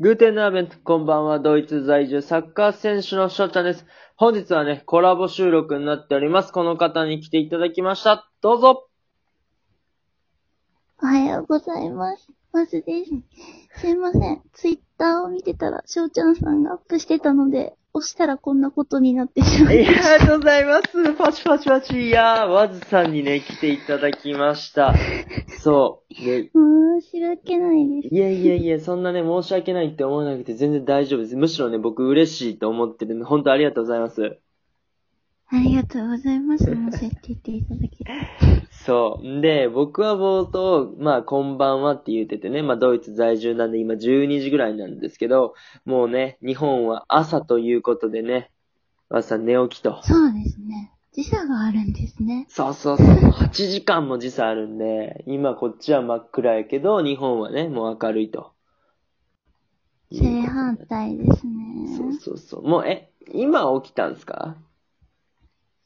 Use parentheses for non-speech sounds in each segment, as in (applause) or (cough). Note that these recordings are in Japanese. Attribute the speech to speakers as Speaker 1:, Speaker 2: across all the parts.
Speaker 1: グーテンナーベント、こんばんは。ドイツ在住サッカー選手の翔ちゃんです。本日はね、コラボ収録になっております。この方に来ていただきました。どうぞ
Speaker 2: おはようございます。マスです。すいません。ツイッターを見てたら、しょうちゃんさんがアップしてたので、押したらこんなことになってしま
Speaker 1: い
Speaker 2: いま
Speaker 1: や、あ
Speaker 2: し
Speaker 1: りがとうございます。パチパチパチ。いやー、ワズさんにね、来ていただきました。そう。で
Speaker 2: た。申し訳ないです。
Speaker 1: いやいやいや、そんなね、申し訳ないって思わなくて全然大丈夫です。むしろね、僕嬉しいと思ってるんで、本当ありがとうございます。
Speaker 2: ありがとうございます。もうそうやって言っていただけて。
Speaker 1: そう。んで、僕は冒頭、まあ、こんばんはって言っててね、まあ、ドイツ在住なんで今12時ぐらいなんですけど、もうね、日本は朝ということでね、わずさん寝起きと。
Speaker 2: (laughs) そうですね。時差があるんですね。
Speaker 1: そうそう (laughs) そう。8時間も時差あるんで、今こっちは真っ暗やけど、日本はね、もう明るいと。
Speaker 2: 正反対ですね。
Speaker 1: そうそうそう。もう、え、今起きたんですか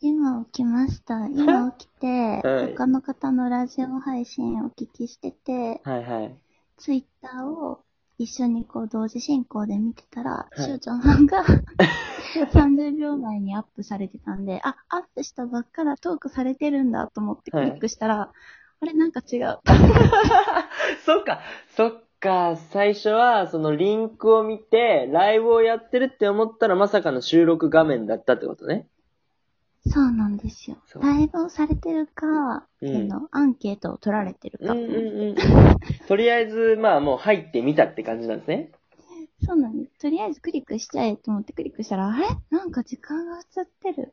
Speaker 2: 今起きました。今起きて、
Speaker 1: はい
Speaker 2: 他の方のラジオ配信をお聞きしてて、
Speaker 1: はいはい。
Speaker 2: ツイッターを一緒にこう同時進行で見てたら、
Speaker 1: い
Speaker 2: しゅうちゃんさん (laughs) が30秒前にアップされてたんで、あ、アップしたばっかだ、トークされてるんだと思ってク
Speaker 1: はい
Speaker 2: リックしたら、あれなんか違う。
Speaker 1: (laughs) そっか、そっか、最初はそのリンクを見て、ライブをやってるって思ったらまさかの収録画面だったってことね。
Speaker 2: そうなんですよ
Speaker 1: そ。う
Speaker 2: ライブをされてるか、
Speaker 1: うん
Speaker 2: あのアンケートを取られてる
Speaker 1: うん
Speaker 2: か、
Speaker 1: うんうん。 (laughs) とりあえず、まあもう入ってみたって感じなんですね。
Speaker 2: そうなんです。とりあえずクリックしちゃえと思ってクリックしたら、あれなんか時間が経っちゃってる。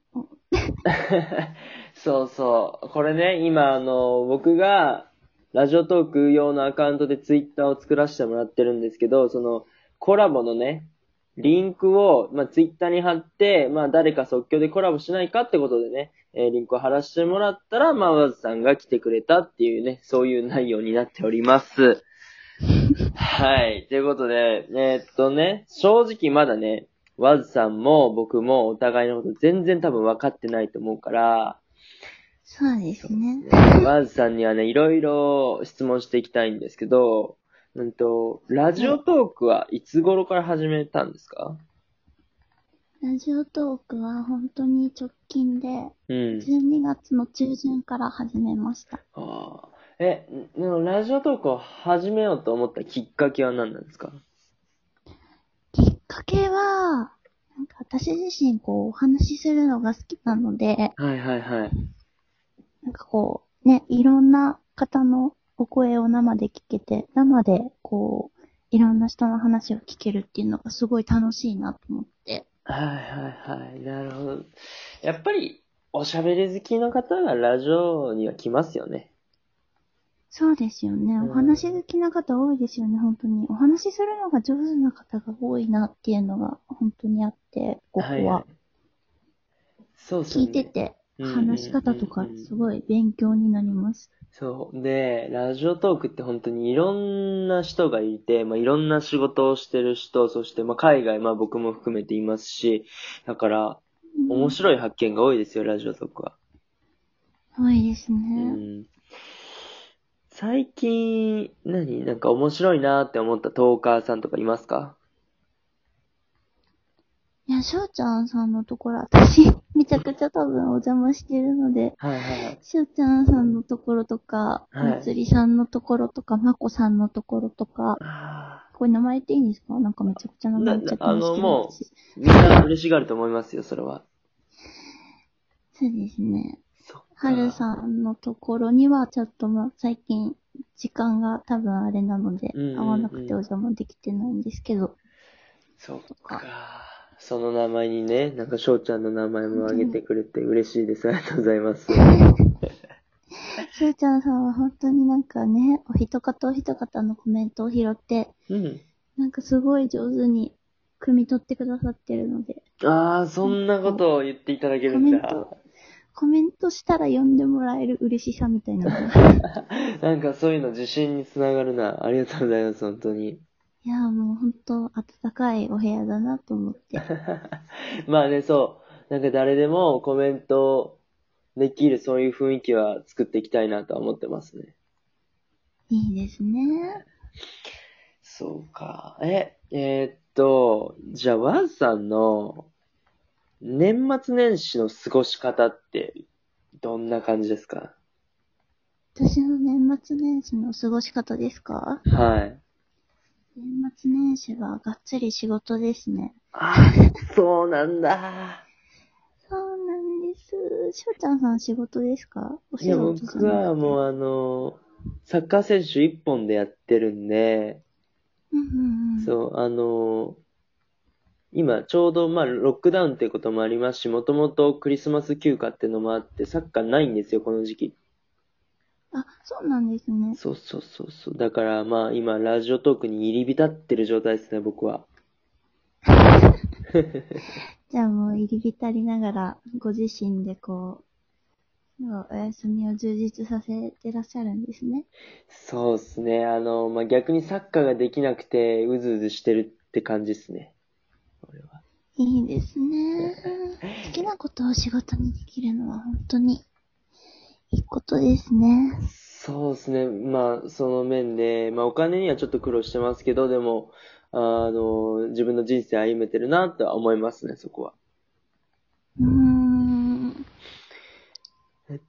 Speaker 1: そうそう。これね、今あの、僕が、ラジオトーク用のアカウントでツイッターを作らせてもらってるんですけど、その、コラボのね、リンクを、まあ、ツイッターに貼って、まあ、誰か即興でコラボしないかってことでね、えーリンクを貼らせてもらったら、まあ、わずさんが来てくれたっていうね、そういう内容になっております。はい。ということで、えーっとね、正直まだね、わずさんも僕もお互いのこと全然多分分かってないと思うから、
Speaker 2: そうですね。
Speaker 1: ワーズさんにはね、いろいろ質問していきたいんですけど、うんと、ラジオトークはいつ頃から始めたんですか
Speaker 2: ラジオトークは本当に直近で、
Speaker 1: うん。
Speaker 2: 12月の中旬から始めました。
Speaker 1: ああ。え、でもラジオトークを始めようと思ったきっかけは何なんですか
Speaker 2: きっかけは、なんか私自身こうお話しするのが好きなので、
Speaker 1: はいはいはい。
Speaker 2: なんかこうね、いろんな方のお声を生で聞けて、生でこう、いろんな人の話を聞けるっていうのがすごい楽しいなと思って。
Speaker 1: はいはいはい。なるほど。やっぱり、おしゃべり好きの方がラジオには来ますよね。
Speaker 2: そうですよね。
Speaker 1: うん
Speaker 2: お話好きな方多いですよね、本当に。お話しするのが上手な方が多いなっていうのが本当にあって、ここは。
Speaker 1: いい。そうです
Speaker 2: 聞
Speaker 1: ね。
Speaker 2: いてて、
Speaker 1: うん
Speaker 2: 話し方とかすごい勉強になります。
Speaker 1: そう。で、ラジオトークって本当にいろんな人がいて、まあ、いろんな仕事をしてる人、そして、まあ、海外、まあ、僕も含めていますし、だから、面白い発見が多いですよ、ラジオトークは。
Speaker 2: 多いですね。
Speaker 1: うん。最近、何なんか面白いなって思ったトーカーさんとかいますか
Speaker 2: いや、しょうちゃんさんのところ、私、 (laughs) めちゃくちゃ多分お邪魔してるので、
Speaker 1: はいはいはい。
Speaker 2: しょうちゃんさんのところとか、
Speaker 1: はい
Speaker 2: まつりさんのところとか、まこさんのところとか、
Speaker 1: あ
Speaker 2: これ名前言っていいんですかなんかめちゃくちゃ名前言っちゃったんです
Speaker 1: ななあの
Speaker 2: け
Speaker 1: も
Speaker 2: ど
Speaker 1: う。ーみんな嬉しがると思いますよ、それは。
Speaker 2: そうですね。
Speaker 1: そっか
Speaker 2: はるさんのところには、ちょっともう最近、時間が多分あれなので、
Speaker 1: うんうんうん
Speaker 2: 合わなくてお邪魔できてないんですけど、
Speaker 1: そっか。その名前にね、なんか翔ちゃんの名前も挙げてくれて嬉しいです。ありがとうございます。
Speaker 2: しゅうちゃんさんは本当になんかね、お一方お一方のコメントを拾って、
Speaker 1: うん。
Speaker 2: なんかすごい上手に汲み取ってくださってるので、
Speaker 1: ああ、そんなことを言っていただけるんだ
Speaker 2: コ。コメントしたら呼んでもらえる嬉しさみたいなのが。
Speaker 1: なんかそういうの自信につながるな。ありがとうございます、本当に。
Speaker 2: いやーもう本当暖かいお部屋だなと思って。
Speaker 1: まあね、そう。なんか誰でもコメントできるそういう雰囲気は作っていきたいなとは思ってますね。
Speaker 2: いいですね。
Speaker 1: そうか。え、えーっと、じゃあ、ワンさんの年末年始の過ごし方ってどんな感じですか
Speaker 2: 私の年末年始の過ごし方ですか
Speaker 1: はい。
Speaker 2: 年末年始はがっつり仕事ですね。
Speaker 1: あ、そうなんだ。
Speaker 2: そうなんです。しょうちゃんさん仕事ですかお
Speaker 1: い
Speaker 2: 仕
Speaker 1: や、
Speaker 2: 事じゃなく
Speaker 1: 僕
Speaker 2: て
Speaker 1: はもうあの、サッカー選手一本でやってるんで、
Speaker 2: うんうんうん。
Speaker 1: そう、あの、今ちょうどまあロックダウンっていうこともありますし、もともとクリスマス休暇っていうのもあって、サッカーないんですよ、この時期。
Speaker 2: あ、そうなんですね。
Speaker 1: そうそうそうそう。だからまあ今、ラジオトークに入り浸ってる状態ですね、僕は。
Speaker 2: じゃあもう入り浸りながら、ご自身でこう、なんかお休みを充実させてらっしゃるんですね。
Speaker 1: そうですね。あの、まあ逆にサッカーができなくて、うずうずしてるって感じですね。俺は。
Speaker 2: いいですね。好きなことを仕事にできるのは本当にいいことですね。
Speaker 1: そうですね。まあ、その面で、まあ、お金にはちょっと苦労してますけど、でも、あの、自分の人生歩めてるなとは思いますね、そこは。
Speaker 2: うーん。
Speaker 1: えっ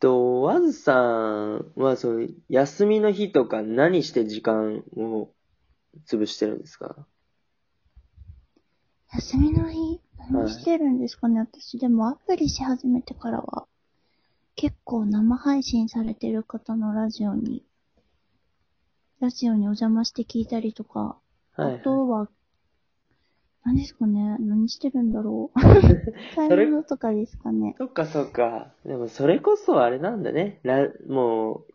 Speaker 1: と、ワズさんは、その、休みの日とか何して時間を潰してるんですか
Speaker 2: 休みの日、何してるんですかね、私でもアプリし始めてからは、結構生配信されてる方のラジオに、ラジオにお邪魔して聞いたりとか、
Speaker 1: はい
Speaker 2: あ。とは、何ですかね何してるんだろ
Speaker 1: (laughs)
Speaker 2: う (laughs) 買い
Speaker 1: それ
Speaker 2: 物とかですかね
Speaker 1: そっかそっか。でも、それこそあれなんだね。ラもう、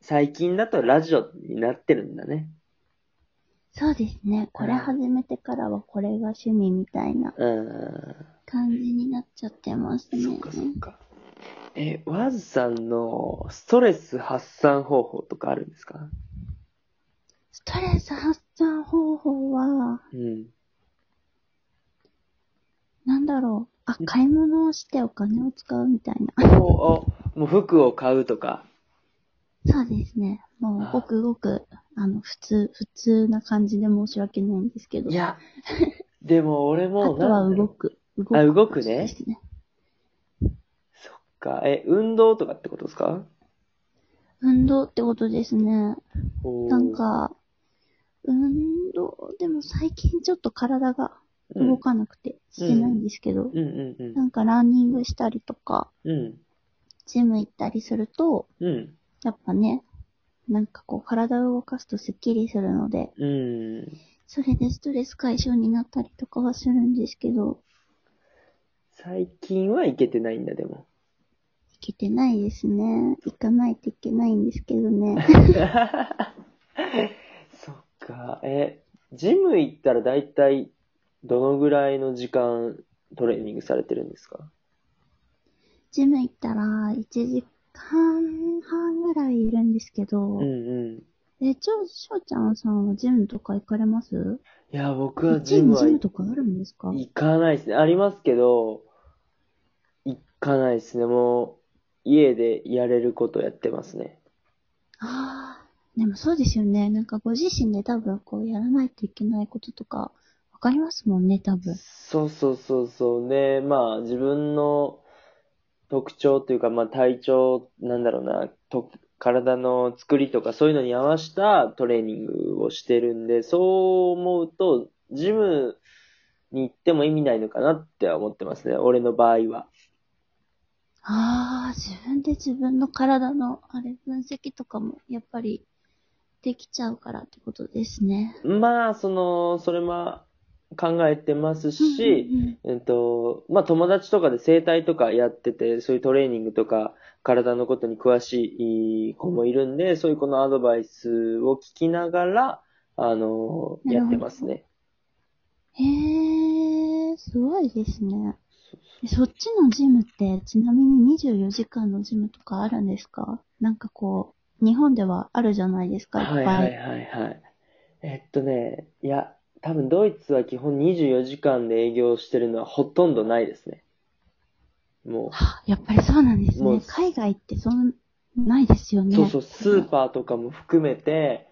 Speaker 1: 最近だとラジオになってるんだね。
Speaker 2: そうですね。これ始めてからはこれが趣味みたいな
Speaker 1: うん。
Speaker 2: 感じになっちゃってますね。
Speaker 1: そっかそっか。え、ワズさんのストレス発散方法とかあるんですか
Speaker 2: ストレス発散方法は、 (laughs)
Speaker 1: うん。
Speaker 2: なんだろう。あ、買い物をしてお金を使うみたいな。
Speaker 1: もう、おもう服を買うとか。
Speaker 2: そうですね。も
Speaker 1: あ
Speaker 2: う、ごくごく、あの、普通、普通な感じで申し訳ないんですけど。
Speaker 1: いや、でも俺
Speaker 2: あ
Speaker 1: も
Speaker 2: とは
Speaker 1: なんだろ
Speaker 2: 動
Speaker 1: う
Speaker 2: く。動
Speaker 1: あ動くね
Speaker 2: ですね。
Speaker 1: そっか。え、運動とかってことですか
Speaker 2: 運動ってことですね。
Speaker 1: おー
Speaker 2: なんか、運動、でも最近ちょっと体が
Speaker 1: うん
Speaker 2: 動かなくてしてないんですけど、
Speaker 1: うんうんうん
Speaker 2: なんかランニングしたりとか、
Speaker 1: うん。
Speaker 2: ジム行ったりすると、
Speaker 1: うん。
Speaker 2: やっぱね、なんかこう体を動かすとスッキリするので、
Speaker 1: うん。
Speaker 2: それでストレス解消になったりとかはするんですけど、
Speaker 1: 最近は行けてないんだ、でも。
Speaker 2: いけてないですね。行かないといけないんですけ
Speaker 1: (laughs)
Speaker 2: どね。
Speaker 1: そっか。え、ジム行ったら大体どのぐらいの時間トレーニングされてるんですか
Speaker 2: ジム行ったら1時間半ぐらいいるんですけど、
Speaker 1: うんうん。
Speaker 2: え、ちょ、しょうちゃんさんはジムとか行かれます
Speaker 1: いや、僕
Speaker 2: う
Speaker 1: は
Speaker 2: ち
Speaker 1: ジ
Speaker 2: に
Speaker 1: ムは
Speaker 2: ジムとかあるんですか
Speaker 1: 行かないですね。ありますけど、行かないですね。もう、家でやれることやってますね。
Speaker 2: ああ、でもそうですよね。なんかご自身で多分こうやらないといけないこととか、わかりますもんね、多分。
Speaker 1: そうそうそうそう。で、まあ自分の特徴というか、まあ体調、なんだろうな、と体の作りとかそういうのに合わせたトレーニングをしてるんで、そう思うと、ジムに行っても意味ないのかなって思ってますね。俺の場合は。
Speaker 2: ああ、自分で自分の体の、あれ、分析とかも、やっぱり、できちゃうからってことですね。
Speaker 1: まあ、その、それも考えてますし、
Speaker 2: うんうんうん
Speaker 1: えっと、まあ友達とかで整体とかやってて、そういうトレーニングとか、体のことに詳しい子もいるんで、そういう子のアドバイスを聞きながら、あの、
Speaker 2: なる
Speaker 1: や
Speaker 2: ほど
Speaker 1: ってますね。
Speaker 2: へえ、すごいですね。そっちのジムって、ちなみに24時間のジムとかあるんですかなんかこう、日本ではあるじゃないですか、いっぱ。
Speaker 1: はいいはいはいはい。えっとね、いや、多分ドイツは基本24時間で営業してるのはほとんどないですね。もう。
Speaker 2: はあやっぱりそうなんです
Speaker 1: もう
Speaker 2: ね。海外ってそん、ないですよね。
Speaker 1: そうそう、スーパーとかも含めて、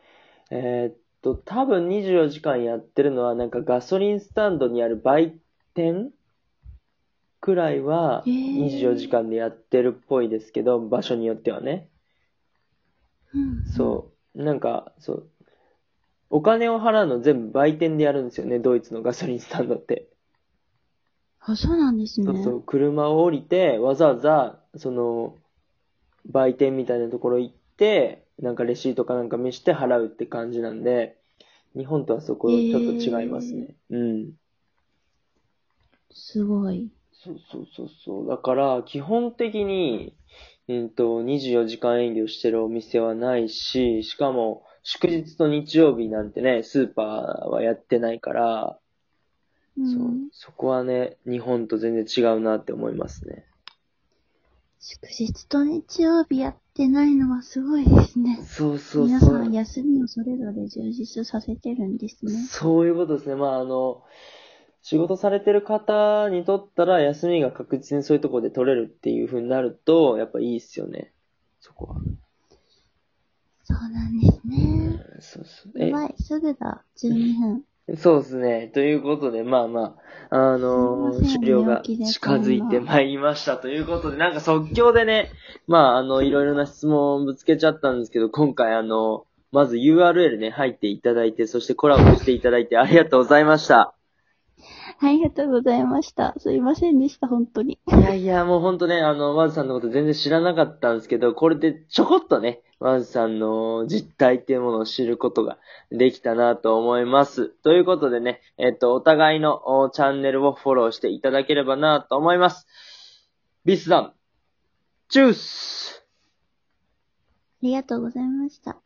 Speaker 1: えーっと、多分24時間やってるのは、なんかガソリンスタンドにある売店くらいは、
Speaker 2: へー
Speaker 1: 24時間でやってるっぽいですけど、場所によってはね。
Speaker 2: うん。
Speaker 1: そう。なんか、そう。お金を払うの全部売店でやるんですよね、ドイツのガソリンスタンドって。
Speaker 2: あ、そうなんですね。
Speaker 1: そうそう、車を降りて、わざわざ、その、売店みたいなところ行って、なんかレシートかなんか見して払うって感じなんで、日本とはそこちょっと違いますね。うん。
Speaker 2: すごい。
Speaker 1: そうそうそうそう。だから、基本的に、うんと、24時間営業してるお店はないし、しかも、祝日と日曜日なんてね、スーパーはやってないから、
Speaker 2: うん、
Speaker 1: そう、そこはね、日本と全然違うなって思いますね。
Speaker 2: 祝日と日曜日やってないのはすごいですね。
Speaker 1: そうそう
Speaker 2: 皆
Speaker 1: そ
Speaker 2: さん
Speaker 1: う。
Speaker 2: 休みをそれぞれ充実させてるんですね。
Speaker 1: そういうことですね。まあ、あの、仕事されてる方にとったら、休みが確実にそういうとこで取れるっていう風になると、やっぱいいっすよね。そこは。
Speaker 2: そうなんですね。
Speaker 1: そうそう。
Speaker 2: やばい、すぐだ。12分。
Speaker 1: そうですね。ということで、まあまあ、あの
Speaker 2: すいませ
Speaker 1: ー、
Speaker 2: ん
Speaker 1: 終了が
Speaker 2: 寝起きで
Speaker 1: 近づいてまいりました。ということで、なんか即興でね、まあ、あの、いろいろな質問をぶつけちゃったんですけど、今回あの、まず URL ね、入っていただいて、そしてコラボしていただいてありがとうございました。
Speaker 2: ありがとうございました。すいませんでした、本当に。
Speaker 1: いやいや、もうほんとね、あの、ワズさんのこと全然知らなかったんですけど、これでちょこっとね、ワズさんの実態っていうものを知ることができたなと思います。ということでね、えっと、お互いのおチャンネルをフォローしていただければなと思います。ビスさん、チュース
Speaker 2: ありがとうございました。